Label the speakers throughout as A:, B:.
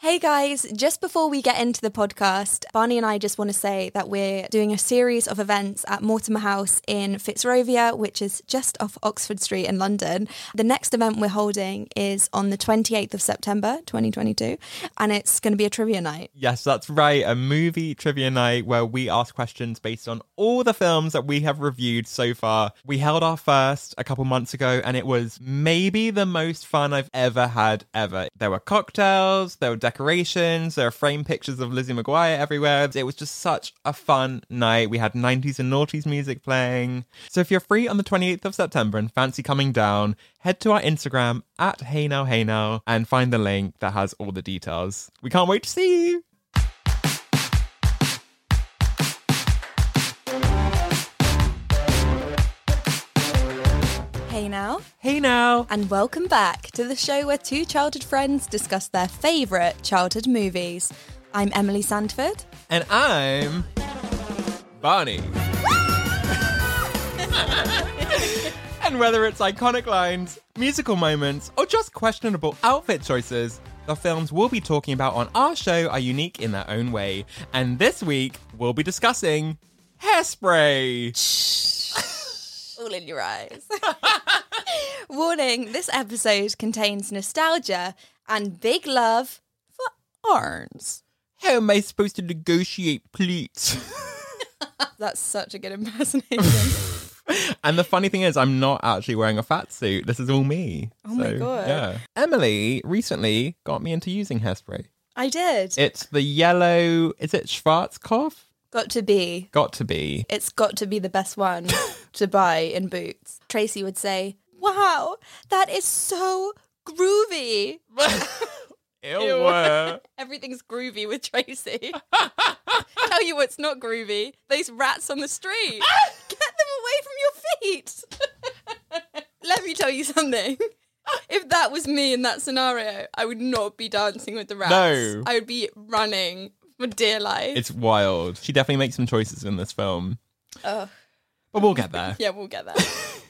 A: Hey guys, just before we get into the podcast, Barney and I just want to say that we're doing a series of events at Mortimer House in Fitzrovia, which is just off Oxford Street in London. The next event we're holding is on the 28th of September 2022, and it's going to be a trivia night.
B: Yes, that's right. A movie trivia night where we ask questions based on all the films that we have reviewed so far. We held our first a couple months ago and it was maybe the most fun I've ever had ever. There were cocktails, there were decorations, there were framed pictures of Lizzie McGuire everywhere. It was just such a fun night. We had 90s and noughties music playing. So if you're free on the 28th of September and fancy coming down, head to our Instagram at Hey Now Hey Now and find the link that has all the details. We can't wait to see you.
A: Hey now,
B: Hey now.
A: and welcome back to the show where two childhood friends discuss their favourite childhood movies. I'm Emily Sandford.
B: And I'm Barney. and whether it's iconic lines, musical moments, or just questionable outfit choices, the films we'll be talking about on our show are unique in their own way. And this week, we'll be discussing Hairspray.
A: all in your eyes. Warning this episode contains nostalgia and big love for arms.
B: How am I supposed to negotiate pleats?
A: That's such a good impersonation.
B: and the funny thing is, I'm not actually wearing a fat suit. This is all me.
A: Oh my God.
B: Yeah. Emily recently got me into using hairspray.
A: I did.
B: It's the yellow. Is it Schwarzkopf?
A: got to be.
B: Got to be.
A: It's got to be the best one to buy in Boots. Tracy would say, Wow, that is so groovy.
B: Ew.
A: Everything's groovy with Tracy. Tell you what's not groovy. Those rats on the street. Get them away from your feet. Let me tell you something. If that was me in that scenario, I would not be dancing with the rats.
B: No.
A: I would be running for dear life.
B: it's wild. She definitely makes some choices in this film.
A: Ugh.
B: But we'll get there.
A: yeah, we'll get that.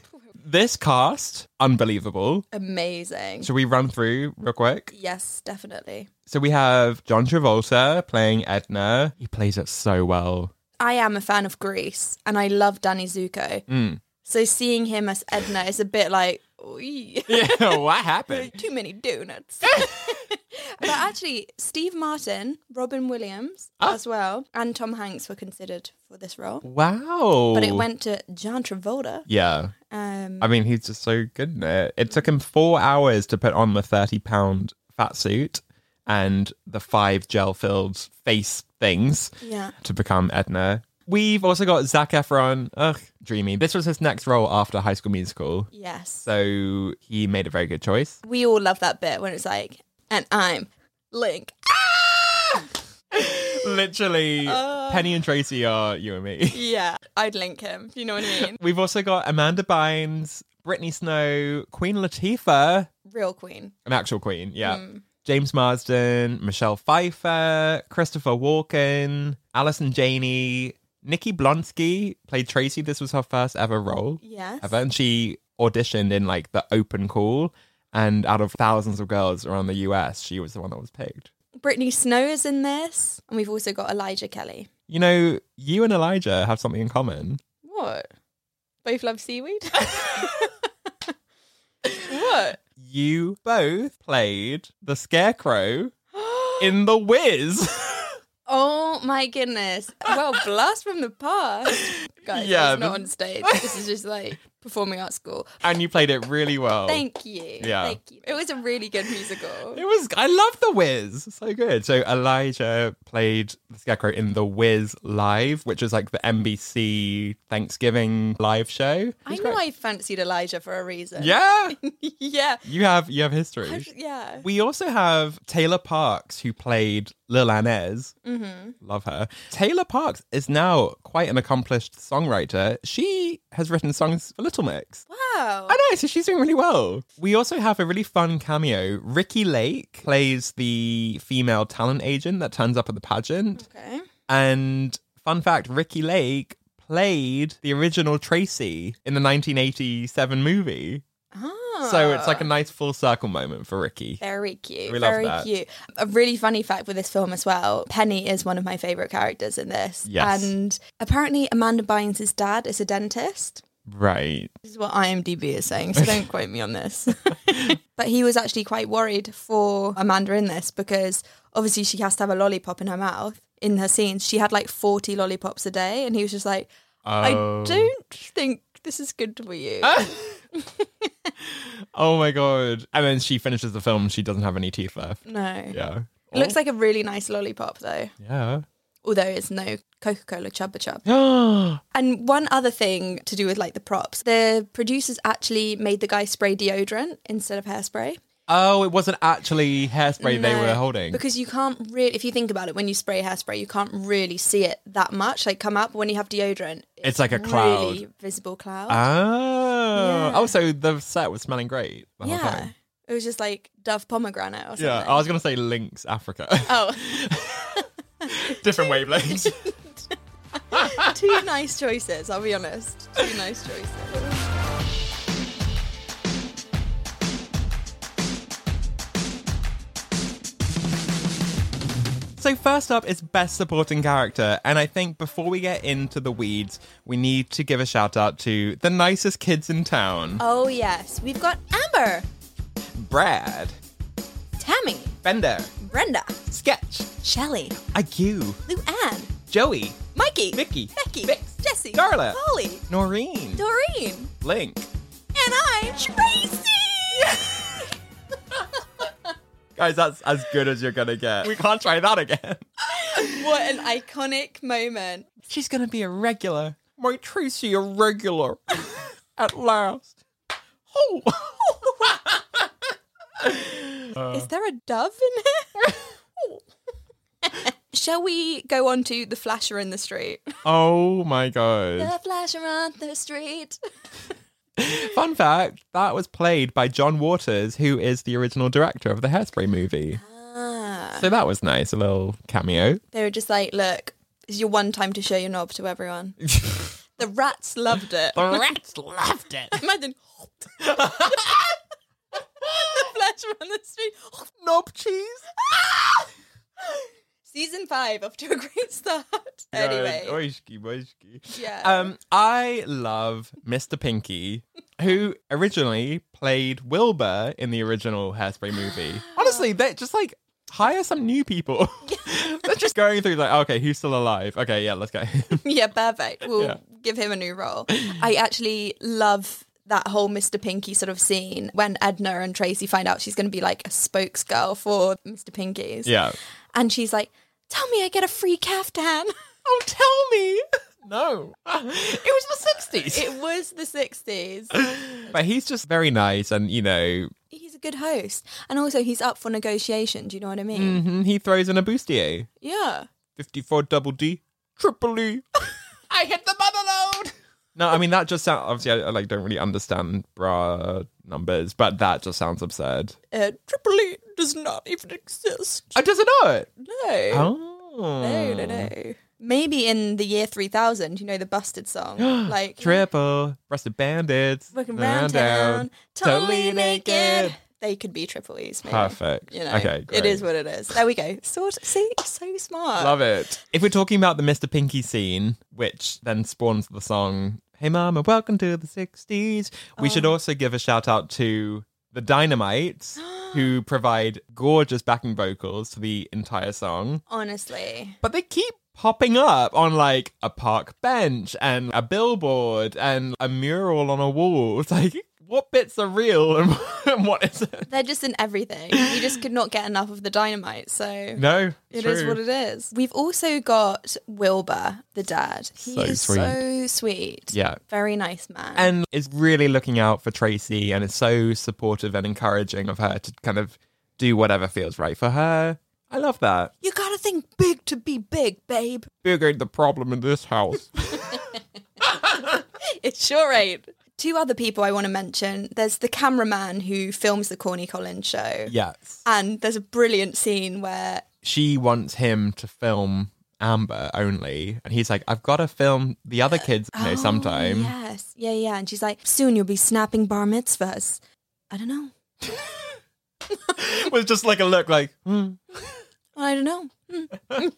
B: This cast, unbelievable.
A: Amazing.
B: Should we run through real quick?
A: Yes, definitely.
B: So we have John Travolta playing Edna. He plays it so well.
A: I am a fan of Greece and I love Danny Zuko.
B: Mm.
A: So seeing him as Edna is a bit like, "Oy."
B: Yeah, what happened?
A: too many donuts. but actually, Steve Martin, Robin Williams as well, and Tom Hanks were considered for this role.
B: Wow.
A: But it went to John Travolta.
B: Yeah.
A: Um,
B: I mean, he's just so good in it. It took him four hours to put on the 30 pound fat suit and the five gel filled face things
A: yeah.
B: to become Edna. We've also got Zach Efron. Ugh, dreamy. This was his next role after High School Musical.
A: Yes.
B: So he made a very good choice.
A: we all love that bit when it's like, and I'm Link.
B: Literally, Penny and Tracy are you and me.
A: Yeah, I'd link him. Do you know what I mean?
B: We've also got Amanda Bynes, Brittany Snow, Queen Latifah,
A: Real queen.
B: An actual queen, yeah.
A: Hmm.
B: James Marsden, Michelle Pfeiffer, Christopher Walken, Alison Janey, Nikki Blonsky played Tracy. This was her first ever role.
A: Yes.
B: Ever. And she auditioned in like the open call. And out of thousands of girls around the US, she was the one that was picked.
A: Brittany Snow is in this, and we've also got Elijah Kelly.
B: You know, you and Elijah have something in common.
A: What? Both love seaweed? what?
B: you both played the Scarecrow in The Wiz.
A: Oh my goodness. Well, blast from the past. Guys,
B: Yeah,
A: yeah, it's not
B: this-
A: on stage. This is just like performing art school.
B: and you played it really well.
A: Thank you.
B: Oh, Yeah.
A: Thank you. It was a really good musical.
B: It was. I love The Wiz. So good. So Elijah played the Scarecrow in The Wiz Live, which is like the NBC Thanksgiving live show.
A: I know I fancied Elijah for a reason.
B: Yeah,
A: yeah.
B: you have you have history.
A: I- yeah.
B: We also have Taylor Parks, who played Lil Anez.
A: Mm-hmm.
B: Love her. Taylor Parks is now quite an accomplished songwriter. She has written songs for Little Mix.
A: Wow.
B: I know, so she's doing really well. We also have a really fun cameo. Ricky Lake plays the female talent agent that turns up at the pageant.
A: Okay.
B: And fun fact Ricky Lake played the original Tracy in the 1987 movie.
A: Ah.
B: So it's like a nice full circle moment for Ricky.
A: Very cute.
B: We love
A: very
B: that.
A: cute. A really funny fact with this film as well Penny is one of my favourite characters in this.
B: Yes.
A: And apparently, Amanda Bynes' dad is a dentist.
B: Right.
A: This is what IMDb is saying, so don't quote me on this. but he was actually quite worried for Amanda in this because obviously she has to have a lollipop in her mouth in her scenes. She had like 40 lollipops a day, and he was just like,
B: Oh.
A: I don't think this is good for you.
B: Oh my god. And then she finishes the film, she doesn't have any teeth left.
A: no.
B: Yeah.
A: It looks like a really nice lollipop, though,
B: Yeah.
A: although it's no Coca Cola Chubba Chub.
B: oh
A: And one other thing to do with like the props, the producers actually made the guy spray deodorant instead of hairspray.
B: it wasn't actually hairspray they
A: No,
B: were holding.
A: Because you can't really, if you think about it, when you spray hairspray, you can't really see it that much, like come up. But when you have deodorant,
B: It's like a cloud.
A: really visible cloud.
B: Oh.
A: Yeah.
B: Oh, so the set was smelling great. The whole
A: yeah,
B: time.
A: it was just like Dove pomegranate or something.
B: Yeah. I was gonna say Lynx Africa.
A: Oh,
B: Different wavelengths.
A: Oh, two nice choices. I'll be honest, two nice choices.
B: So first up is best supporting character, and I think before we get into the weeds, we need to give a shout out to the nicest kids in town,
A: Oh yes, we've got Amber,
B: Brad,
A: Tammy,
B: Bender,
A: Brenda,
B: Sketch,
A: Shelley,
B: IQ,
A: Lou Ann,
B: Joey,
A: Mikey,
B: Vicky,
A: Becky,
B: Vix,
A: Jesse,
B: Darla,
A: Holly,
B: Noreen,
A: Doreen,
B: Link.
A: and I'm Tracy.
B: Guys, that's as good as you're gonna get. We can't try that again.
A: What an iconic moment.
B: She's gonna be a regular. My Tracy, a regular. At last. Oh.
A: Is there a dove in here? Shall we go on to the flasher in the street?
B: oh my god.
A: The flasher on the street.
B: Fun fact that was played by John Waters, who is the original director of the Hairspray movie.
A: Ah.
B: So that was nice, a little cameo.
A: They were just like, look, it's your one time to show your knob to everyone. the rats loved it.
B: The rats loved it.
A: Imagine. the flasher on the street.
B: Knob cheese.
A: Season five, off to a great start. Anyway.
B: Oishki, boishki.
A: Yeah.
B: Um, I love Mr. Pinky, who originally played Wilbur in the original Hairspray movie. Honestly, they're just like hire some new people. they're just going through like, okay, who's still alive? Okay, yeah, let's go.
A: Yeah, perfect. We'll
B: Yeah.
A: give him a new role. I actually love that whole Mr. Pinky sort of scene when Edna and Tracy find out she's going to be like a spokesgirl for Mr. Pinky's.
B: yeah.
A: And she's like, Tell me I get a free caftan.
B: Oh, tell me. No, it was the '60s.
A: it was the 60s.
B: But he's just very nice, and you know,
A: He's a good host. And also, he's up for negotiation. Do you know what I mean?
B: mhm, he throws in a bustier.
A: Yeah.
B: 54 double D, triple E.
A: I hit the mother load.
B: No, I mean that just sounds. Obviously, I, I like don't really understand bra numbers, but that just sounds absurd.
A: Uh, Triple E does not even exist.
B: Oh, does it not?
A: No.
B: Oh,
A: No, no, no. Maybe in the year 3000, you know, the Busted song. like,
B: Triple breasted bandits,
A: Walking round town, totally naked. They could be triple E's, maybe.
B: Perfect.
A: You know,
B: okay, great.
A: it is what it is. There we go. Sort. See, so smart.
B: Love it. If we're talking about the Mr. Pinky scene, which then spawns
A: Oh.
B: the song "Hey Mama, Welcome to the '60s," we should also give a shout out to the Dynamites, who provide gorgeous backing vocals to the entire song.
A: Honestly.
B: But they keep popping up on like a park bench and a billboard and a mural on a wall. It's like, what bits are real and, and what isn't?
A: They're just in everything. You just could not get enough of the dynamite, so
B: No,
A: it
B: true.
A: is what it is. We've also got Wilbur, the dad. He
B: So
A: is
B: sweet.
A: so sweet.
B: Yeah.
A: Very nice man.
B: and is really looking out for Tracy and is so supportive and encouraging of her to kind of do whatever feels right for her. I love that.
A: you gotta think big to be big, babe.
B: Big ain't the problem in this house.
A: It sure ain't. Uh, Two other people I want to mention. There's the cameraman who films the Corny Collins show.
B: yes.
A: And there's a brilliant scene where
B: She wants him to film Amber only. And he's like, I've got to film the other kids, you know, sometime.
A: Yes. Yeah, yeah. And she's like, soon you'll be snapping bar mitzvahs. I don't know.
B: With just like a look like, hmm.
A: I don't know. Hmm.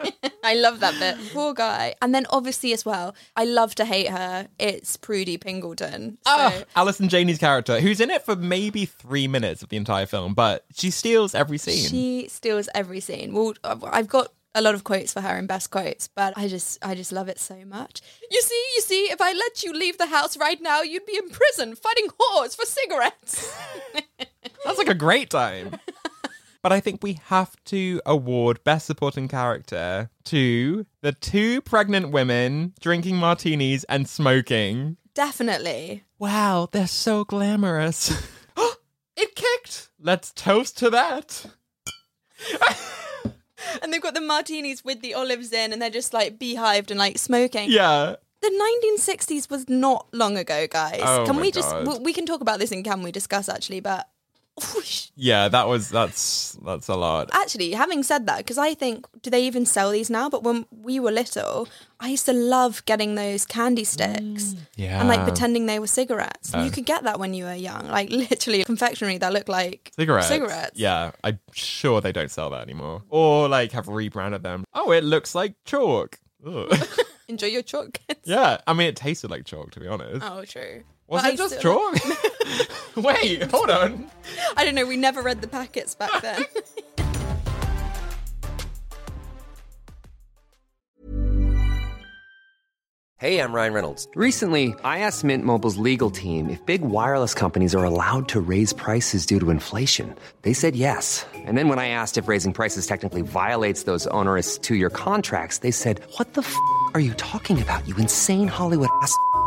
A: I love that bit. Poor guy. And then obviously as well, I love to hate her. It's Prudy Pingleton. So,
B: Oh, Alison Janey's character, who's in it for maybe three minutes of the entire film, but she steals every scene.
A: She steals every scene. Well, I've- I've got a lot of quotes for her and best quotes, but I just, I just love it so much. You see, you see, if I let you leave the house right now, you'd be in prison fighting whores for cigarettes.
B: That's like a great time. but I think we have to award Best Supporting Character to the two pregnant women drinking martinis and smoking.
A: Definitely.
B: Wow, they're so glamorous. it kicked. Let's toast to that.
A: And they've got the martinis with the olives in, and they're just like beehived and like smoking.
B: Yeah.
A: The 1960s was not long ago, guys.
B: Oh
A: can
B: my
A: we just
B: God.
A: w- we can talk about this in can we discuss actually, but whoosh.
B: Yeah, that was that's that's a lot.
A: actually, having said that, because I think do they even sell these now? But when we were little, I used to love getting those candy sticks
B: Yeah.
A: and like pretending they were cigarettes. And you could get that when you were young, like literally confectionery that looked like
B: Cigarettes.
A: Cigarettes.
B: Yeah, I'm sure they don't sell that anymore. Or like have rebranded them. Oh, it looks like chalk. Ugh.
A: Enjoy your chocolates.
B: yeah, I mean, it tasted like chalk to be honest.
A: Oh, true.
B: Was
A: But
B: it
A: I
B: just
A: still-
B: chalk? Wait, hold on.
A: I don't know. We never read the packets back then.
C: Hey, I'm Ryan Reynolds. Recently, I asked Mint Mobile's legal team if big wireless companies are allowed to raise prices due to inflation. They said yes. And then when I asked if raising prices technically violates those onerous two year contracts, they said, What the f are you talking about, you insane Hollywood ass? f- a-"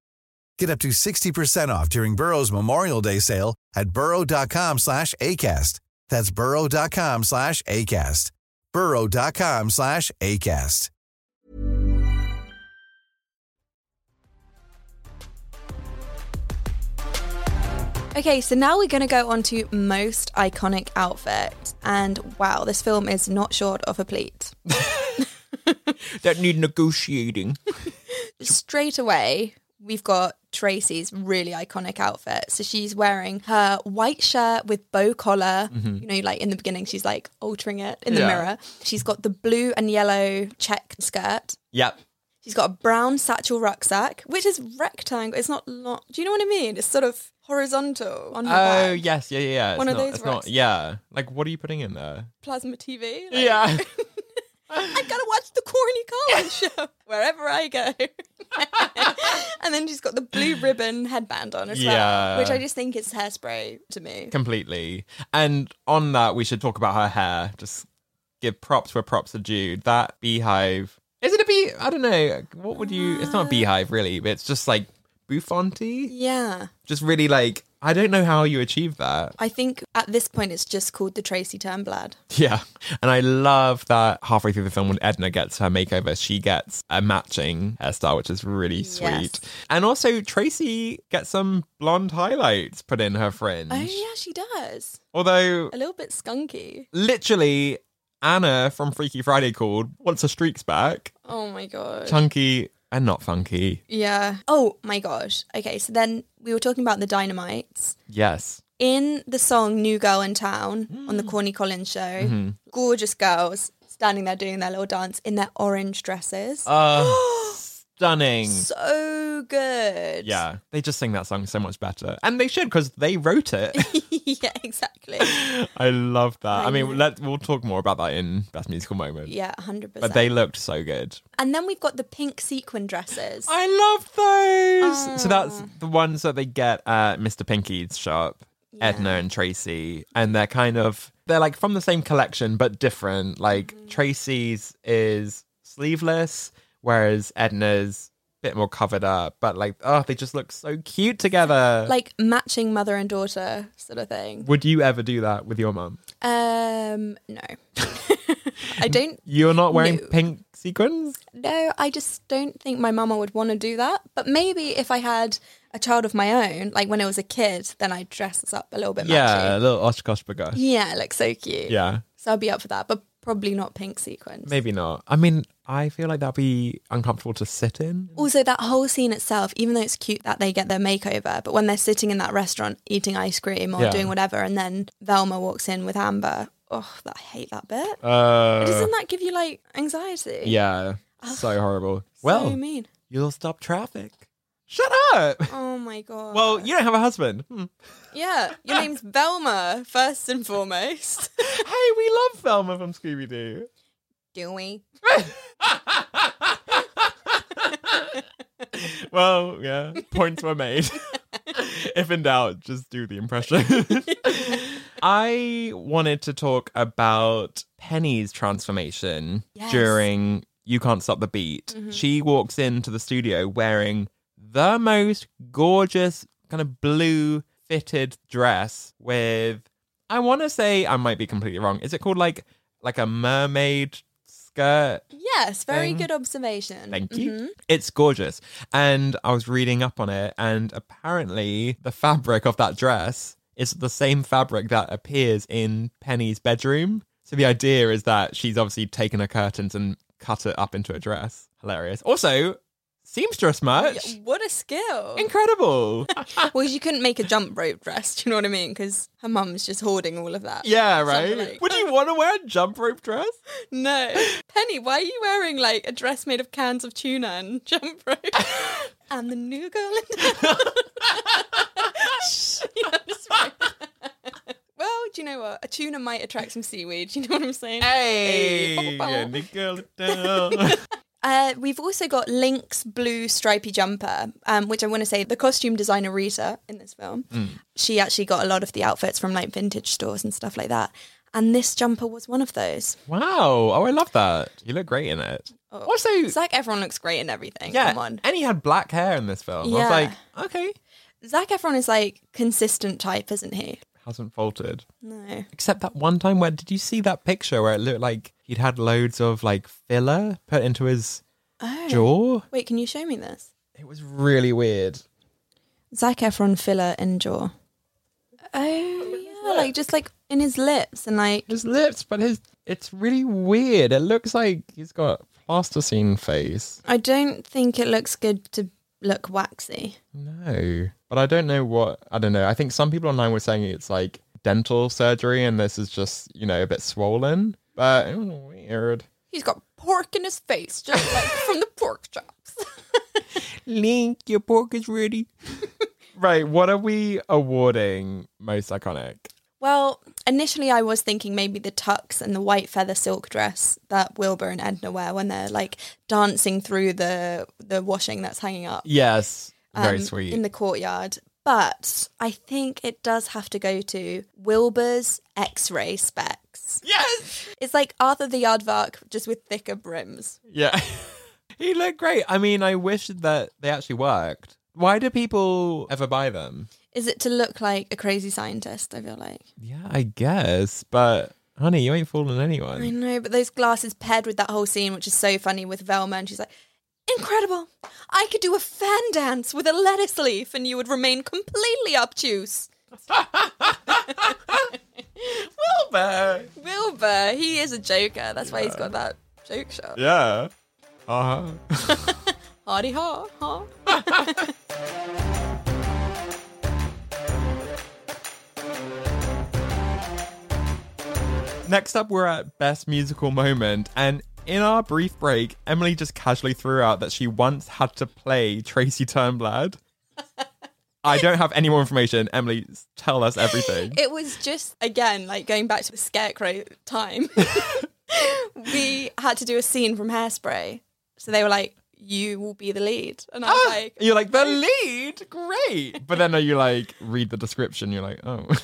D: Get up to 60% off during Burrow's Memorial Day sale at burrow.com slash ACAST. That's burrow.com slash ACAST. burrow.com slash ACAST.
A: Okay, so now we're going to go on to most iconic outfit. And wow, this film is not short of a pleat.
B: Don't need negotiating.
A: Straight away, we've got Tracy's really iconic outfit. So she's wearing her white shirt with bow collar. You know, like in the beginning, she's like altering it in the
B: Mm-hmm. Yeah.
A: mirror. She's got the blue and yellow check skirt.
B: Yep.
A: She's got a brown satchel rucksack, which is rectangle. It's not long. Do you know what I mean? It's sort of horizontal on her
B: Oh
A: back.
B: yes, yeah, yeah. yeah. It's
A: One of
B: not-
A: those
B: It's not.
A: racks.
B: Yeah. Like, what are you putting in there?
A: Plasma TV. like-
B: Yeah.
A: I gotta watch the corny Carlin show wherever I go. and then she's got the blue ribbon headband on as
B: Yeah.
A: well, which I just think is hairspray to me.
B: Completely. And on that, we should talk about her hair. Just give props where props are due. That beehive. Is it a bee? I don't know. What would you? It's
A: Uh.
B: not a beehive, really. But it's just like buffanti.
A: Yeah,
B: Just really like. I don't know how you achieve that.
A: I think at this point it's just called the Tracy Turnblad.
B: Yeah. And I love that halfway through the film when Edna gets her makeover, she gets a matching hairstyle, which is really sweet.
A: Yes.
B: And also Tracy gets some blonde highlights put in her fringe.
A: Oh yeah, she does.
B: Although
A: A little bit skunky.
B: literally Anna from Freaky Friday called once her streaks back.
A: Oh my god.
B: Chunky and not funky.
A: yeah. Oh my gosh. Okay, so then we were talking about the dynamites.
B: Yes.
A: in the song New Girl in Town on
B: Mm.
A: the Corny Collins show,
B: Mm-hmm.
A: gorgeous girls standing there doing their little dance in their orange dresses.
B: Uh stunning.
A: so good.
B: yeah. They just sing that song so much better. And they should because they wrote it.
A: yeah, exactly.
B: I love that. I,
A: I
B: mean,
A: know.
B: let we'll talk more about that in best musical moment.
A: Yeah, 100%.
B: But they looked so good.
A: and then we've got the pink sequin dresses.
B: I love those. So
A: Ah.
B: that's the ones that they get at Mr. Pinky's shop. Edna and Tracy, and they're kind of they're like from the same collection but different. Like
A: Mm-hmm.
B: Tracy's is sleeveless, whereas Edna's a bit more covered up. But like, oh, they just look so cute together.
A: like matching mother and daughter sort of thing.
B: would you ever do that with your mum?
A: Um, no. I don't
B: You're not wearing
A: No.
B: pink sequins.
A: No, I just don't think my mama would want to do that. But maybe if I had a child of my own, like when I was a kid, then I'd dress us up a little bit.
B: Yeah, a
A: matchy.
B: little Oshkosh bagosh.
A: yeah, look so cute.
B: Yeah.
A: so I'd be up for that, but probably not pink sequins.
B: Maybe not. I mean, I feel like that'd be uncomfortable to sit in.
A: Also, that whole scene itself, even though it's cute that they get their makeover, but when they're sitting in that restaurant eating ice cream or
B: Yeah.
A: doing whatever, and then Velma walks in with Amber. Oh, that, I hate that bit.
B: Uh,
A: Doesn't that give you like anxiety?
B: yeah, so horrible.
A: So
B: Well,
A: mean.
B: you'll stop traffic. Shut up.
A: Oh my god.
B: Well, you don't have a husband. Hmm.
A: Yeah, your name's Velma, first and foremost.
B: hey, we love Velma from Scooby Doo.
A: Do we?
B: well, yeah, points were made. if in doubt, just do the impression. I wanted to talk about Penny's transformation
A: Yes.
B: during You Can't Stop the Beat. She walks into the studio wearing the most gorgeous kind of blue fitted dress with I want to say I might be completely wrong. Is it called like like a mermaid skirt
A: Yes, very
B: Thing.
A: good observation.
B: Thank you.
A: Mm-hmm.
B: It's gorgeous. And I was reading up on it, and apparently the fabric of that dress is the same fabric that appears in Penny's bedroom. So the idea is that she's obviously taken her curtains and cut it up into a dress. Hilarious. Also, seamstress merch.
A: Mm-hmm. Yeah, what a skill.
B: Incredible.
A: well, she couldn't make a jump rope dress, do you know what I mean? Because her mum's just hoarding all of that.
B: yeah,
A: So,
B: right?
A: like-
B: Would you want to wear a jump rope dress?
A: No. Penny, why are you wearing like a dress made of cans of tuna and jump rope? I'm the new girl in town. Shh, you know, just right. Well, do you know what? A tuna might attract some seaweed. Do you know what I'm saying?
B: Hey,
A: Hey.
B: and the girl down.
A: Uh, we've also got Link's blue stripy jumper, um, which I want to say the costume designer Rita in this film.
B: Mm.
A: She actually got a lot of the outfits from like vintage stores and stuff like that. And this jumper was one of those.
B: Wow. Oh, I love that. You look great in it.
A: Oh.
B: Also,
A: It's like everyone looks great in everything.
B: Yeah,
A: Come on.
B: and he had black hair in this film. I was
A: Yeah.
B: like, okay,
A: Zac Efron is like consistent type, isn't he?
B: hasn't faltered.
A: No.
B: Except that one time where did you see that picture where it looked like he'd had loads of like filler put into his
A: Oh.
B: jaw?
A: Wait, can you show me this?
B: It was really weird.
A: Zac Efron filler in jaw. Oh, yeah, like just like in his lips and like
B: His lips, but his it's really weird. It looks like he's got plasticine face.
A: I don't think it looks good to look waxy.
B: No. But I don't know what I don't know. I think some people online were saying it's like dental surgery and this is just, you know, a bit swollen. But mm, weird.
A: He's got pork in his face, just like from the pork chops.
B: Link, your pork is ready. right, what are we awarding most iconic?
A: Well, initially I was thinking maybe the tux and the white feather silk dress that Wilbur and Edna wear when they're like dancing through the the washing that's hanging up.
B: Yes. Very
A: um,
B: sweet.
A: in the courtyard. But I think it does have to go to Wilbur's X-ray specs.
B: yes.
A: It's like Arthur the Yardvark, just with thicker brims.
B: Yeah. he looked great. I mean, I wish that they actually worked. Why do people ever buy them?
A: Is it to look like a crazy scientist? I feel like
B: Yeah, I guess. But honey, you ain't fooling
A: I
B: anyone.
A: know, but those glasses paired with that whole scene, which is so funny with Velma, and she's like, "Incredible! I could do a fan dance with a lettuce leaf, and you would remain completely obtuse."
B: Wilbur.
A: Wilbur, he is a joker. That's why he's got that joke shot.
B: Yeah. Uh huh.
A: Hardy ha ha.
B: Next up, we're at Best Musical Moment. And in our brief break, Emily just casually threw out that she once had to play Tracy Turnblad. I don't have any more information. Emily, tell us everything.
A: It was just again like going back to the scarecrow time. we had to do a scene from Hairspray, so they were like, "You will be the lead," and I was like,
B: Ah, You're like, the lead? Great. But then are you like, read the description? You're like, oh.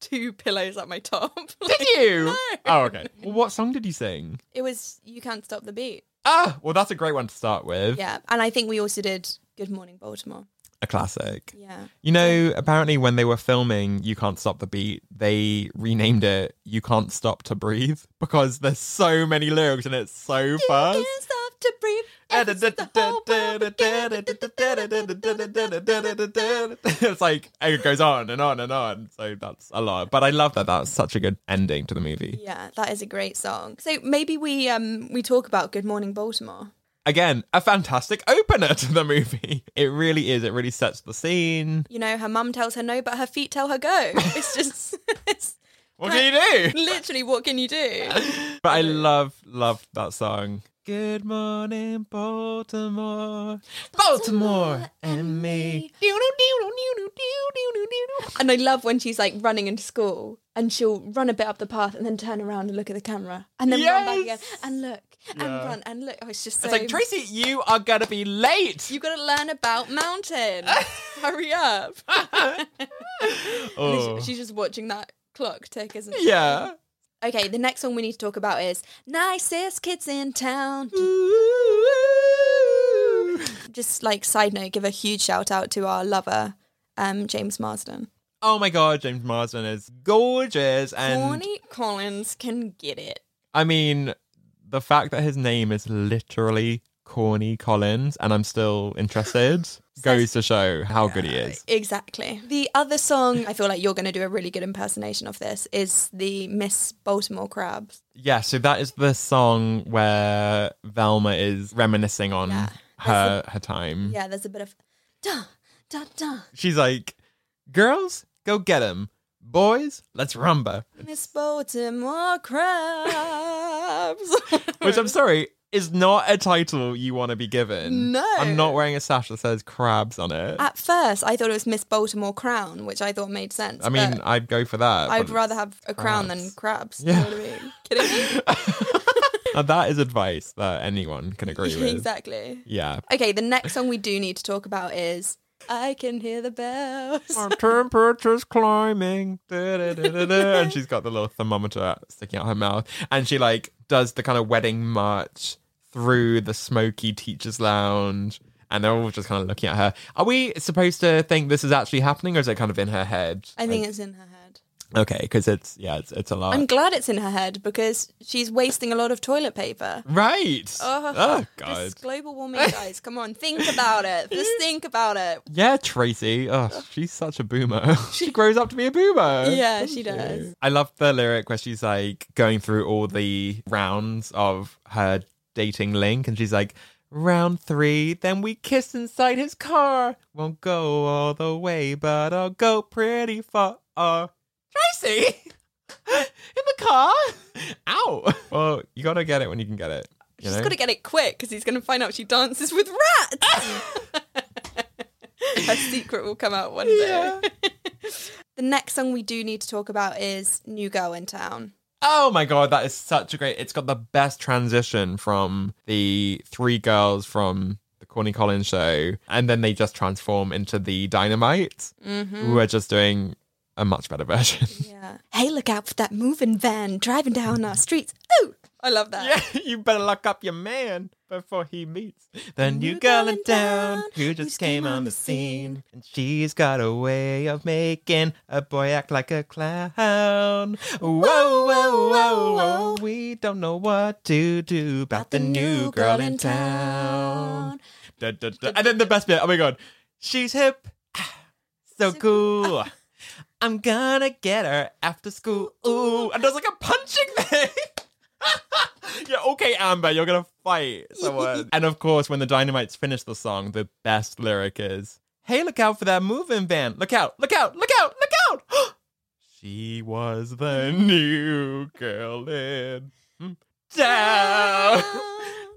A: two pillows at my top.
B: Did you? Oh, okay. Well, what song did you sing?
A: It was You Can't Stop the Beat.
B: Ah, well, that's a great one to start with.
A: Yeah. And I think we also did Good Morning Baltimore.
B: A classic.
A: Yeah.
B: You know, apparently when they were filming You Can't Stop the Beat, they renamed it You Can't Stop to Breathe because there's so many lyrics and it's so fast.
A: You can't stop to breathe. and it's the whole world again.
B: it's like it goes on and on and on. So that's a lot. But I love that that's such a good ending to the movie.
A: Yeah, that is a great song. So maybe we um we talk about Good Morning Baltimore.
B: Again, a fantastic opener to the movie. It really is. It really sets the scene.
A: You know, her mum tells her no, but her feet tell her go. It's just it's
B: What can you do?
A: literally what can you do?
B: But I love, love that song. Good morning, Baltimore. Baltimore and me.
A: And I love when she's like running into school and she'll run a bit up the path and then turn around and look at the camera and then run back again
B: Yes!
A: and look and
B: Yeah.
A: run and look. Oh, it's just so.
B: It's like, Tracy, you are going to be late.
A: you got to learn about mountain. Hurry up.
B: Oh.
A: And she- She's just watching that clock tick, isn't she?
B: yeah.
A: Okay, the next one we need to talk about is Nicest Kids in Town. Just like side note, give a huge shout out to our lover, um, James Marsden.
B: Oh my God, James Marsden is gorgeous. And
A: Corny Collins can get it.
B: I mean, the fact that his name is literally Corny Collins and I'm still interested goes to show how good he is.
A: Exactly. The other song, I feel like you're going to do a really good impersonation of this, is the Miss Baltimore Crabs.
B: Yeah, so that is the song where Velma is reminiscing on
A: Yeah.
B: her her time.
A: Yeah, there's a bit of da da da.
B: She's like, "Girls, go get 'em. Boys, let's rumba."
A: Miss Baltimore Crabs.
B: Which I'm sorry is not a title you want to be given.
A: No. Ah,
B: I'm not wearing a sash that says crabs on it.
A: At first, I thought it was Miss Baltimore Crown, which I thought made sense.
B: I mean,
A: but
B: I'd go for that.
A: I'd
B: but
A: rather have a crown than crabs. You
B: Yeah.
A: know what I mean? Kidding
B: Now, that is advice that anyone can agree
A: me?
B: with.
A: exactly.
B: Yeah.
A: Okay, the next song we do need to talk about is I Can Hear the Bells.
B: Our temperature's climbing. Da-da-da-da-da. and she's got the little thermometer sticking out her mouth. And she like does the kind of wedding march through the smoky teacher's lounge. And they're all just kind of looking at her. Are we supposed to think this is actually happening or is it kind of in her head?
A: I think it's in her head.
B: Okay, because it's yeah, it's it's a lot.
A: I'm glad it's in her head because she's wasting a lot of toilet paper.
B: right.
A: Oh,
B: oh God.
A: This global warming, guys. Come on, think about it. Just think about it.
B: Yeah, Tracy. Oh, she's such a boomer. she grows up to be a boomer.
A: Yeah, she
B: doesn't
A: does.
B: I love the lyric where she's like going through all the rounds of her dating link and she's like, Round three, then we kiss inside his car. Won't go all the way, but I'll go pretty far. Tracy! In the car? Ow! Well, you gotta get it when you can get it. you
A: She's
B: know?
A: got to get it quick because he's going to find out she dances with rats. her secret will come out one day. the next song we do need to talk about is New Girl in Town.
B: Oh my god, that is such a great. It's got the best transition from the three girls from the Corny Collins show, and then they just transform into the Dynamite, who are just doing a much better version.
A: Yeah. Hey, look out for that moving van driving down our streets. Ooh, I love that.
B: Yeah, you better lock up your man before he meets the new girl in town who just came on the scene, and she's got a way of making a boy act like a clown. Whoa, whoa, whoa, whoa! We don't know what to do about the new girl in town. Da, da, da. And then the best bit. Oh my god, she's hip, so cool. I'm gonna get her after school. Ooh, and there's like a punching thing. yeah, okay, Amber, you're gonna fight someone. and of course, when the Dynamites finish the song, the best lyric is, "Hey, look out for that moving van! Look out! Look out! Look out! Look out!" she was the new girl in town.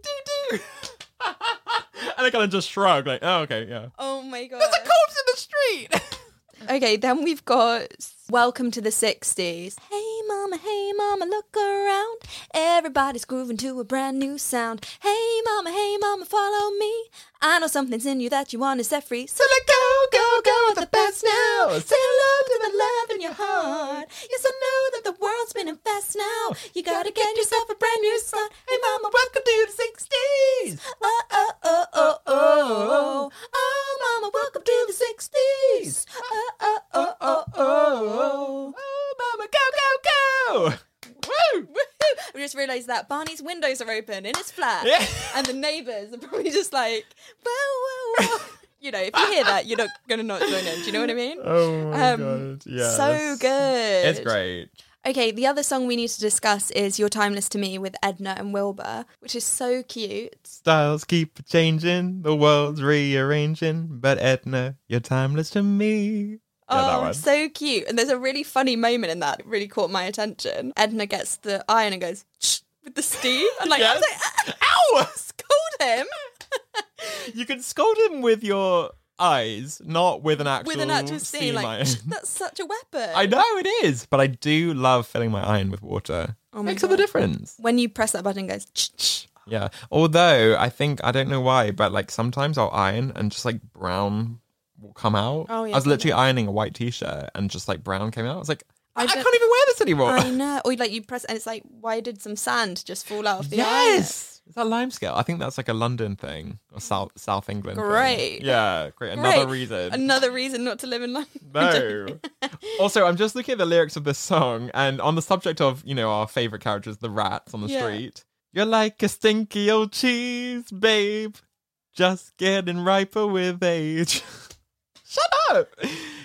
B: Doo-doo. and I kind of just shrug, like, "Oh, okay, yeah."
A: Oh my god.
B: There's a corpse in the street.
A: Okay, then we've got Welcome to the 60s. Hey mama, hey mama, look around. Everybody's grooving to a brand new sound. Hey mama, hey mama, follow me. I know something's in you that you want to set free. So let go, go, go with the best now. Say hello to the love in your heart. Yes, I know that the world's been fast
B: Oh.
A: now. You gotta get yourself a brand new start. Hey mama, welcome to the 60s.
B: Uh,
A: Oh, oh, oh, oh, oh. Oh mama, welcome to the 60s. Oh, oh, oh, oh, oh.
B: Uh, oh, mama, go, go, go! Woo!
A: Woohoo! We just realised that Barney's windows are open in his flat,
B: Yeah.
A: and the neighbours are probably just like, whoa, whoa, whoa. You know, if you hear that, you're not going to not join in. Do you know what I mean?
B: Oh my
A: Um,
B: god! Yeah,
A: so good.
B: It's great.
A: Okay, the other song we need to discuss is You're Timeless to Me with Edna and Wilbur, which is so cute.
B: Styles keep changing, the world's rearranging, but Edna, you're timeless to me. yeah, that
A: oh,
B: one.
A: so cute. And there's a really funny moment in that that really caught my attention. Edna gets the iron and goes, Shh, with the steam. And like, I was
B: Yes.
A: like, ow, scold him.
B: you can scold him with your eyes, not with an actual
A: with an actual steam. Like,
B: iron.
A: "Shh, that's such a weapon.
B: I know it is, but I do love filling my iron with water.
A: Oh my
B: Makes all the
A: God.
B: difference.
A: when you press that button it goes "Tch, tch."
B: Yeah. Although I think I don't know why, but like sometimes I'll iron and just like brown will come out.
A: Oh, yeah,
B: I was literally ironing a white t-shirt and just like brown came out. I was like, I,
A: I
B: I
A: don't-
B: can't even wear this anymore.
A: I know. Or like you press and it's like, why did some sand just fall out of the
B: Yes. Is that limescale? I think that's like a London thing or South South England. thing.
A: Great.
B: Yeah, great.
A: iron?
B: Another
A: Great.
B: reason.
A: Another reason not to live in London.
B: no. also, I'm just looking at the lyrics of this song, and on the subject of you know our favorite characters, the rats on the
A: Yeah.
B: street. You're like a stinky old cheese, babe. Just getting riper with age. Shut up.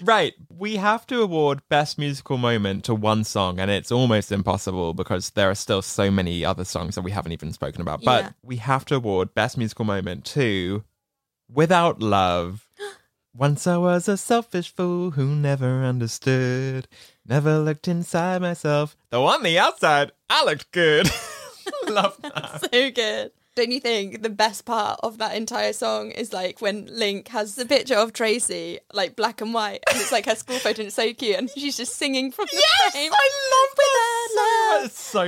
B: Right, we have to award best musical moment to one song, and it's almost impossible because there are still so many other songs that we haven't even spoken about. But
A: Yeah.
B: we have to award best musical moment to Without Love. Once I was a selfish fool who never understood, never looked inside myself. Though on the outside, I looked good. Love that.
A: so good. Don't you think the best part of that entire song is like when Link has the picture of Tracy, like black and white, and it's like her school photo and it's so cute and she's just singing from the
B: Yes,
A: frame.
B: I love that. so much.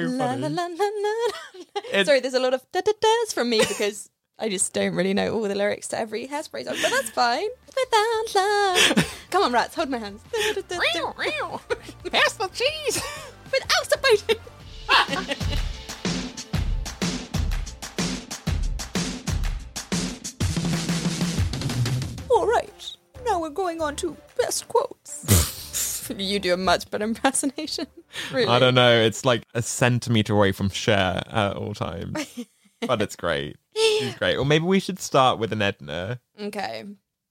B: It's so
A: La,
B: funny.
A: la, la, la, la.
B: It's-
A: Sorry, there's a lot of da da da's from me because I just don't really know all the lyrics to every hairspray song, but that's fine. Without love. Come on, rats, hold my hands.
B: Pass the cheese.
A: Without supporting. all right, now we're going on to best quotes. you do a much better impersonation. Really.
B: I don't know. It's like a centimeter away from Cher at all times. but it's great. She's great. Or maybe we should start with an Edna.
A: Okay.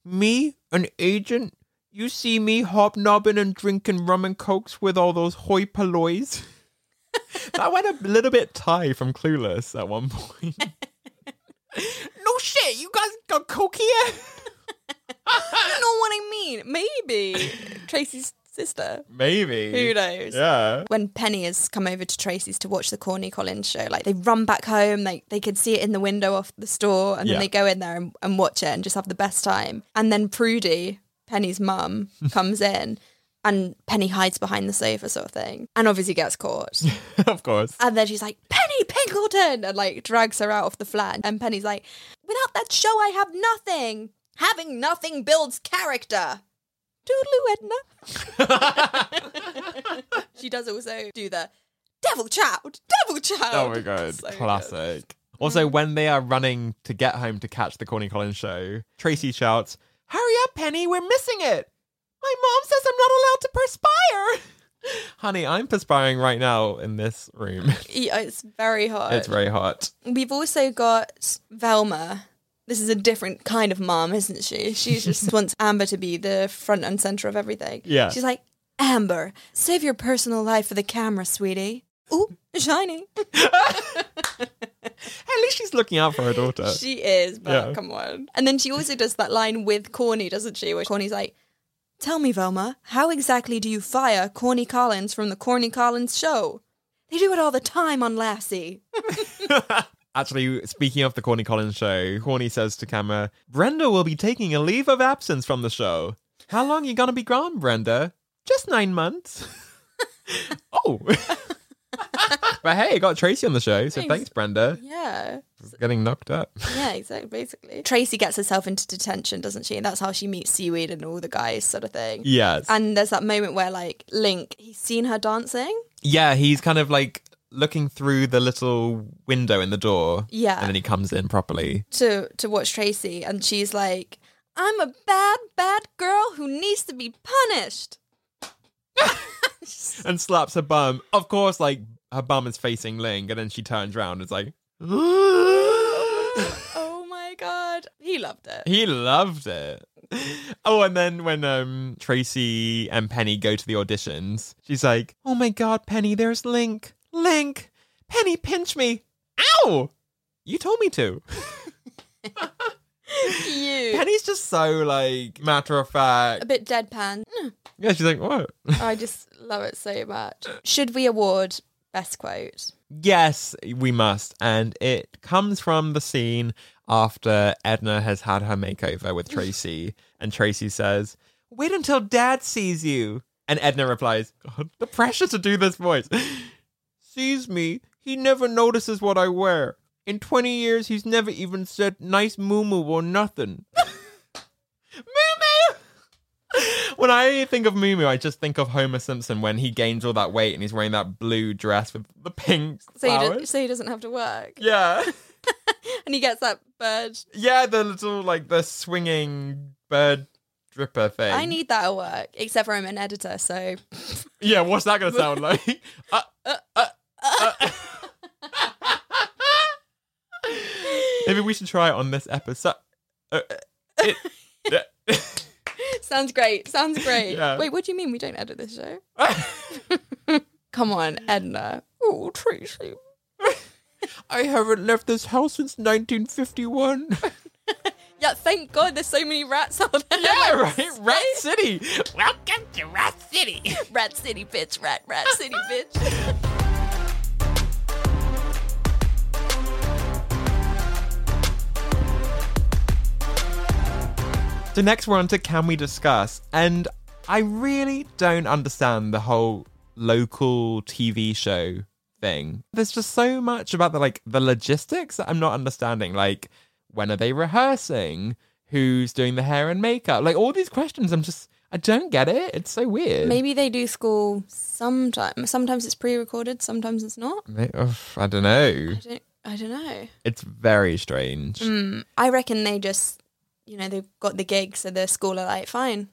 B: Me, an agent? You see me hobnobbing and drinking rum and cokes with all those hoi pollois? that went a little bit Thai from Clueless at one point. no shit, you guys got coke here?
A: You know what I mean? Maybe Tracy's sister.
B: Maybe.
A: Who knows?
B: Mm. Yeah.
A: When Penny has come over to Tracy's to watch the Corny Collins show, like they run back home, like they could see it in the window off the store, and
B: Yeah.
A: then they go in there and, and watch it and just have the best time. And then Prudy, Penny's mum, comes in and Penny hides behind the sofa, sort of thing, and obviously gets caught.
B: of course.
A: And then she's like, Penny Pinkleton, and like drags her out of the flat. And Penny's like, without that show, I have nothing. Having nothing builds character. Toodaloo, Edna. she does also do the devil child, devil child.
B: Oh my god,
A: So good.
B: classic. Also, when they are running to get home to catch the Corny Collins show, Tracy shouts, "Hurry up, Penny! We're missing it! My mom says I'm not allowed to perspire." Honey, I'm perspiring right now in this room.
A: Yeah, it's very hard.
B: it's very hot.
A: We've also got Velma. This is a different kind of mom, isn't she? She just wants Amber to be the front and center of everything.
B: Yeah.
A: She's like, Amber, save your personal life for the camera, sweetie. Ooh, shiny.
B: At least she's looking out for her daughter.
A: she is, but
B: yeah.
A: come on. And then she also does that line with Corny, doesn't she? Where Corny's like, Tell me, Velma, how exactly do you fire Corny Collins from the Corny Collins show? They do it all the time on Lassie.
B: Actually, speaking of the Corny Collins show, Corny says to camera, Brenda will be taking a leave of absence from the show. How long you gonna be gone, Brenda? Just nine months. oh. but hey, got Tracy on the show, so thanks, Brenda.
A: Yeah.
B: For getting knocked up.
A: Yeah, exactly. Basically, Tracy gets herself into detention, doesn't she? And that's how she meets Seaweed and all the guys, sort of thing.
B: yes.
A: And there's that moment where, like, Link, he's seen her dancing.
B: yeah, he's kind of like looking through the little window in the door.
A: Yeah.
B: And then he comes in properly.
A: to to watch Tracy, and she's like, "I'm a bad, bad girl who needs to be punished."
B: And slaps her bum. Of course, like her bum is facing Ling, and then she turns around and is like
A: Oh my god, he loved it.
B: He loved it. Oh, and then when um Tracy and Penny go to the auditions, she's like, "Oh my god, Penny, there's Link. Link. Penny pinch me. Ow! You told me to."
A: Cute.
B: Penny's just so like matter of
A: A
B: fact.
A: bit deadpan. Mm,
B: Yeah, she's like, "What?"
A: I just love it so much. Should we award best quote?
B: yes, we must. And it comes from the scene after Edna has had her makeover with Tracy, and Tracy says, Wait until dad sees you. And Edna replies, God, the pressure to do this voice. sees me, he never notices what I wear. In 20 years, he's never even said nice moo moo or nothing. moo when I think of Moo Moo, I just think of Homer Simpson when he gains all that weight and he's wearing that blue dress with the pink
A: So he,
B: flowers.
A: do- so he doesn't have to work,
B: yeah,
A: and he gets that bird.
B: yeah, the little like the swinging bird dripper thing.
A: I need that at work, except for I'm an editor, so
B: Yeah, what's that gonna sound like? uh, uh, uh, uh. Maybe we should try it on this episode. Uh, uh, it- yeah.
A: sounds great. Sounds great.
B: Yeah.
A: Wait, what do you mean we don't edit this show? Come on, Edna. Oh, Tracy.
B: I haven't left this house since 1951.
A: Yeah, thank God there's so many rats out there.
B: yeah, right. Rat City. Welcome to Rat City.
A: Rat City, bitch. Rat, rat city, bitch.
B: So next we're on to Can We Discuss? And I really don't understand the whole local TV show thing. There's just so much about the like the logistics that I'm not understanding. Like, when are they rehearsing? Who's doing the hair and makeup? Like all these questions I'm just I don't get it. It's so weird.
A: Maybe they do school sometimes. Sometimes it's pre-recorded, sometimes it's not.
B: May- ugh, I don't know.
A: I don't, I don't know. Hmm,
B: It's very strange.
A: I reckon they just, you know, they've got the gig, so the school are like, fine,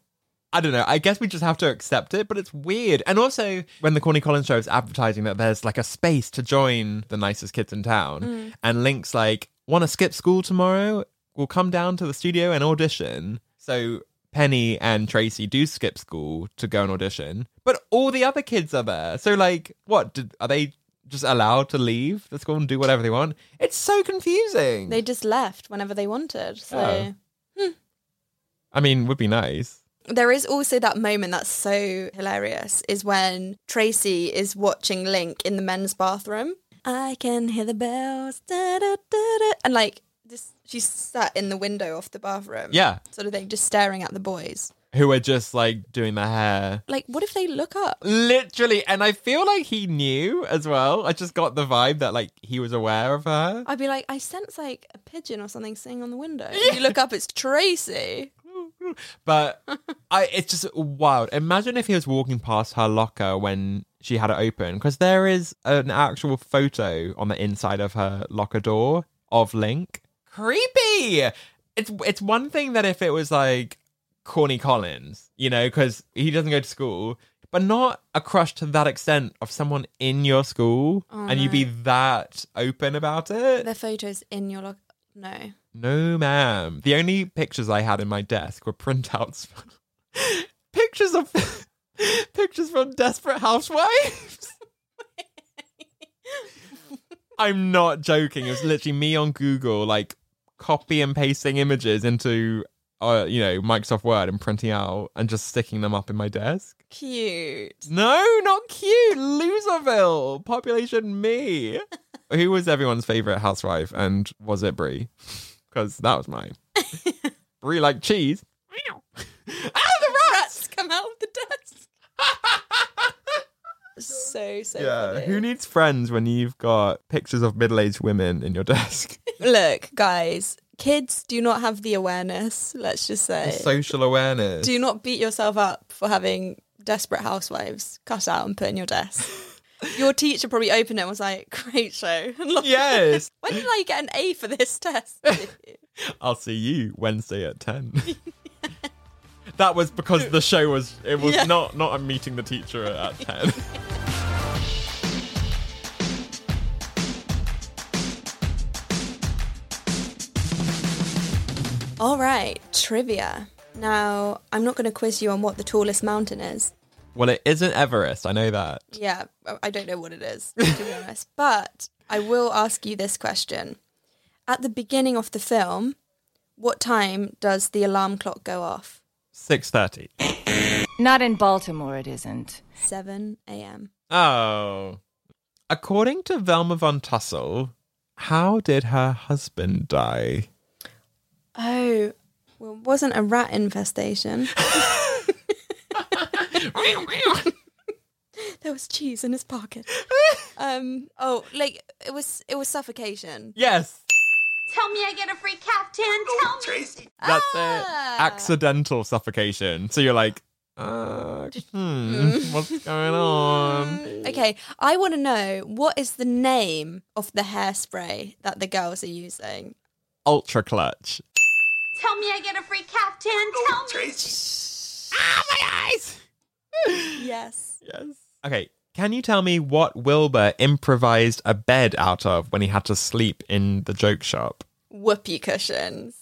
B: I don't know. I guess we just have to accept it, but it's weird. And also, when the Corny Collins show is advertising that there's like a space to join the nicest kids in town, and Link's like, want to skip school tomorrow? We'll come down to the studio and audition. So Penny and Tracy do skip school to go and audition, but all the other kids are there. So, like, what? Did, are they just allowed to leave the school and do whatever they want? It's so confusing.
A: They just left whenever they wanted. So
B: Mm. Oh. I mean, would be nice.
A: there is also that moment that's so hilarious is when Tracy is watching Link in the men's bathroom. I can hear the bells, da, da, da, da, and like this, she's sat in the window off the bathroom.
B: Yeah.
A: sort of thing, just staring at the boys.
B: Who are just like doing their hair.
A: Like, what if they look up?
B: Literally, and I feel like he knew as well. I just got the vibe that like he was aware of her.
A: I'd be like, I sense like a pigeon or something singing on the window. If You look up, it's Tracy.
B: But I it's just wild. Imagine if he was walking past her locker when she had it open because there is an actual photo on the inside of her locker door of Link. Creepy. It's it's one thing that if it was like Corny Collins, you know, because he doesn't go to school, but not a crush to that extent of someone in your school and you be that open about it.
A: Their photos in your look. No,
B: No, ma'am. The only pictures I had in my desk were printouts, pictures of pictures from Desperate Housewives. I'm not joking. It was literally me on Google, like copy and pasting images into, uh, you know, Microsoft Word and printing out and just sticking them up in my desk.
A: cute.
B: No, not cute. Loserville, population me. Who was everyone's favorite housewife, and was it Brie? Because that was mine. Brie like cheese. Meow. ah, the
A: Rats
B: rats.
A: come out of the desk. so so.
B: Yeah.
A: funny.
B: Who needs friends when you've got pictures of middle-aged women in your desk?
A: Look, guys, kids do not have the awareness, let's just say.
B: Social awareness.
A: do not beat yourself up for having desperate housewives cut out and put in your desk. your teacher probably opened it and was like, great show. And like,
B: Yes.
A: When did I get an A for this test?
B: I'll see you Wednesday at ten. that was because the show was. It was
A: Yeah.
B: not not a meeting the teacher at ten.
A: All right, trivia. Now, I'm not going to quiz you on what the tallest mountain is.
B: well, it isn't Everest. I know that.
A: Yeah, I- I don't know what it is, to be honest. But I will ask you this question. At the beginning of the film, what time does the alarm clock go off?
B: Six thirty.
E: Not in Baltimore, it isn't.
A: 7 a.m.
B: Oh. According to Velma von Tussle, how did her husband die?
A: Oh, well, it wasn't a rat infestation. there was cheese in his pocket. Um. Oh, like it was. It was suffocation.
B: yes,
E: Tell me I get a free caftan. Tell me.
B: that's
A: Ah.
B: it. Accidental suffocation. So you're like, uh, hmm, what's going on?
A: Mm, Okay, I want to know what is the name of the hairspray that the girls are using.
B: Ultra clutch.
E: Tell me I get a free caftan. Tell me.
B: Ah, my eyes!
A: Yes.
B: Yes. Okay, can you tell me what Wilbur improvised a bed out of when he had to sleep in the joke shop?
A: Whoopee cushions.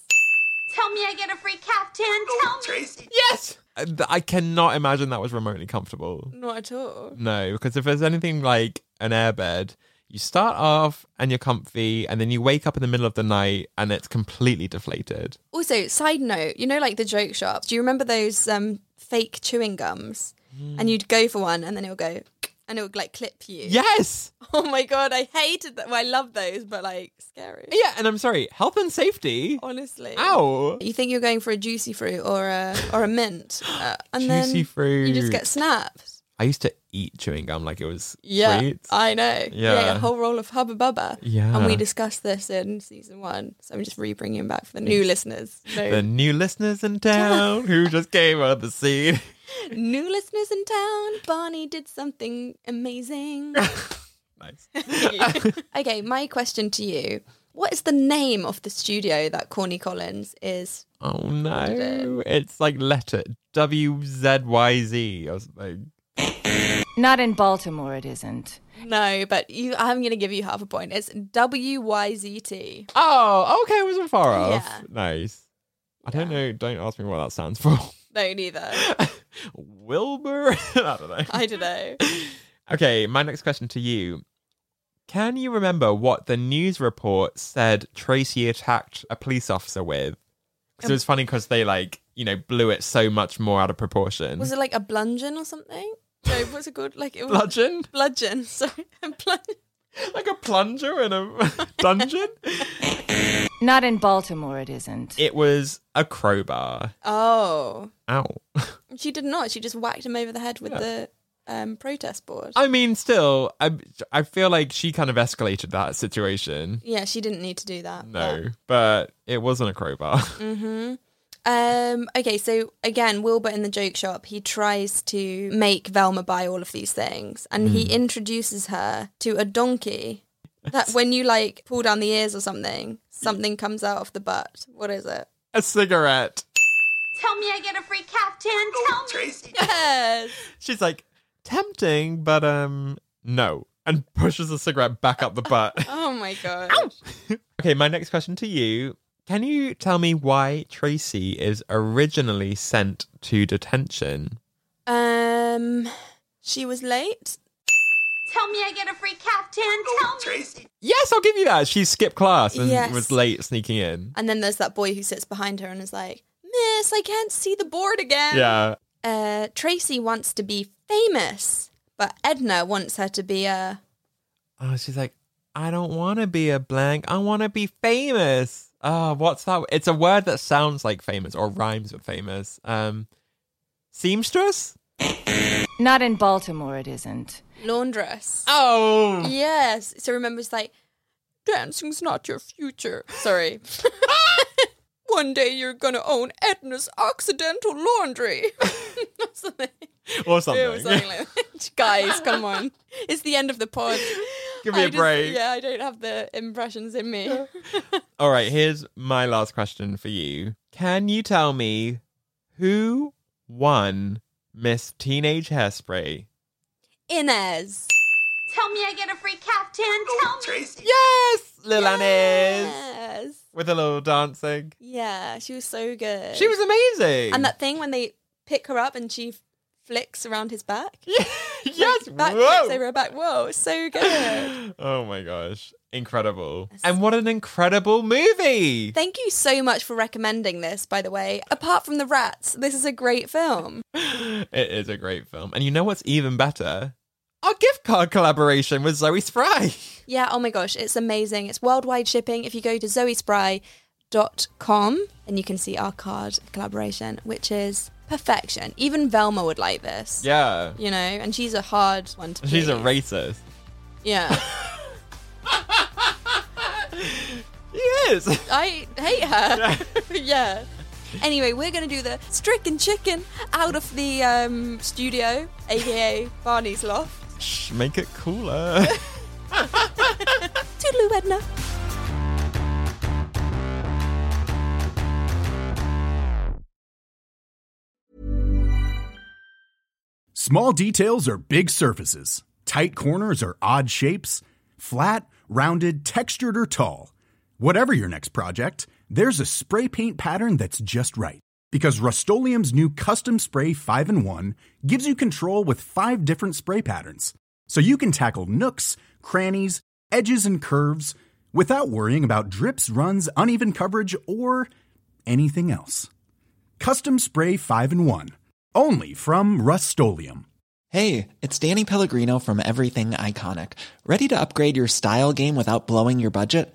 E: Tell me I get a free caftan. Tell me.
B: Yes! Uh, I cannot imagine that was remotely comfortable.
A: Not at all.
B: No, because if there's anything like an airbed, you start off and you're comfy, and then you wake up in the middle of the night and it's completely deflated.
A: Also, side note, you know, like the joke shop. Do you remember those um, fake chewing gums?
B: Hmm.
A: And you'd go for one, and then it'll go, and it would like clip you.
B: Yes.
A: Oh my god, I hated that. Well, I love those, but like scary.
B: Yeah, and I'm sorry. Health and safety.
A: Honestly.
B: Ow.
A: You think you're going for a juicy fruit or a or a mint, uh, and
B: Juicy
A: then you just
B: fruit.
A: get snaps.
B: I used to eat chewing gum like it was
A: Yeah,
B: sweets.
A: I know.
B: Yeah.
A: a whole roll of Hubba Bubba.
B: Yeah.
A: and we discussed this in season one, so I'm just re-bringing it back for the new listeners. No,
B: the new listeners in town who just came out of the scene.
A: new listeners in town. Barney did something amazing.
B: nice.
A: okay, my question to you: What is the name of the studio that Corny Collins is?
B: Oh no. It's like letter WZYZ or something.
F: Not in Baltimore, it isn't.
A: No, but you, I'm going to give you half a point. It's W Y Z T.
B: Oh, okay, it wasn't far off.
A: Yeah.
B: Nice. I don't know. Don't ask me what that stands for.
A: No, neither.
B: Wilbur? I don't know.
A: I don't know.
B: Okay, my next question to you. Can you remember what the news report said Tracy attacked a police officer with? 'Cause it was funny because they, like, you know, blew it so much more out of proportion.
A: Was it like a bludgeon or something? No, what's it called? Like it was
B: Bludgeon?
A: Bludgeon. Sorry, a bludgeon.
B: like a plunger in a dungeon?
F: Not in Baltimore, it isn't.
B: it was a crowbar.
A: Oh,
B: Ow.
A: she did not. She just whacked him over the head with
B: Yeah.
A: the um, protest board.
B: I mean, still, I, I feel like she kind of escalated that situation.
A: yeah, she didn't need to do that.
B: No, but it wasn't a crowbar.
A: Mm-hmm. Um, okay, so again, Wilbur in the joke shop, he tries to make Velma buy all of these things, and he introduces her to a donkey. That when you like pull down the ears or something, something comes out of the butt. What is it?
B: a cigarette.
F: Tell me I get a free captain. Tell me.
A: Yes.
B: She's like, tempting, but um, no. And pushes the cigarette back up the butt.
A: Oh my god.
B: okay, my next question to you. Can you tell me why Tracy is originally sent to detention?
A: Um, she was late.
F: Tell me I get a free captain. Tell me.
B: Yes, I'll give you that. She skipped class and
A: Yes.
B: was late sneaking in.
A: And then there's that boy who sits behind her and is like, Miss, I can't see the board again.
B: Yeah.
A: Uh, Tracy wants to be famous, but Edna wants her to be a.
B: Oh, she's like, I don't want to be a blank. I want to be famous. Oh, what's that? It's a word that sounds like famous or rhymes with famous. Um, seamstress?
F: Not in Baltimore, it isn't.
A: Laundress.
B: Oh,
A: Yes. So remember, it's like, dancing's not your future. Sorry. One day you're going to own Edna's Occidental Laundry. Or something.
B: or
A: It was something like that. Guys, come on. It's the end of the pod.
B: Give me
A: a
B: a break.
A: yeah, I don't have the impressions in me.
B: All right, here's my last question for you. Can you tell me who won Miss Teenage Hairspray?
A: Inez.
F: Tell me I get a free captain. Tell me.
B: Yes, Lil Annis
A: Yes.
B: with a little dancing.
A: Yeah, she was so good.
B: She was amazing.
A: And that thing when they pick her up and she flicks around his back.
B: yes,
A: Back flicks over
B: whoa.
A: her back. Whoa, so good.
B: Oh my gosh, incredible! And what an incredible movie!
A: Thank you so much for recommending this, by the way. Apart from the rats, this is a great film.
B: It is a great film, and you know what's even better? Our gift card collaboration with Zoe Spry.
A: Yeah, oh my gosh, it's amazing. It's worldwide shipping. If you go to zoespry.com and you can see our card collaboration, which is perfection. Even Velma would like this.
B: Yeah,
A: You know, and she's a hard one to
B: she's a
A: please.
B: racist.
A: Yeah.
B: She is.
A: I hate her. yeah. Anyway, we're going to do the stricken chicken out of the um, studio, aka Barney's loft.
B: Shh, make it cooler.
A: Toodaloo, Edna.
D: Small details are big surfaces. Tight corners are odd shapes. Flat, rounded, textured, or tall. Whatever your next project, there's a spray paint pattern that's just right. Because Rust new Custom Spray 5 in 1 gives you control with five different spray patterns. So you can tackle nooks, crannies, edges, and curves without worrying about drips, runs, uneven coverage, or anything else. Custom Spray 5 in 1. Only from Rust-Oleum.
G: Hey, it's Danny Pellegrino from Everything Iconic. Ready to upgrade your style game without blowing your budget?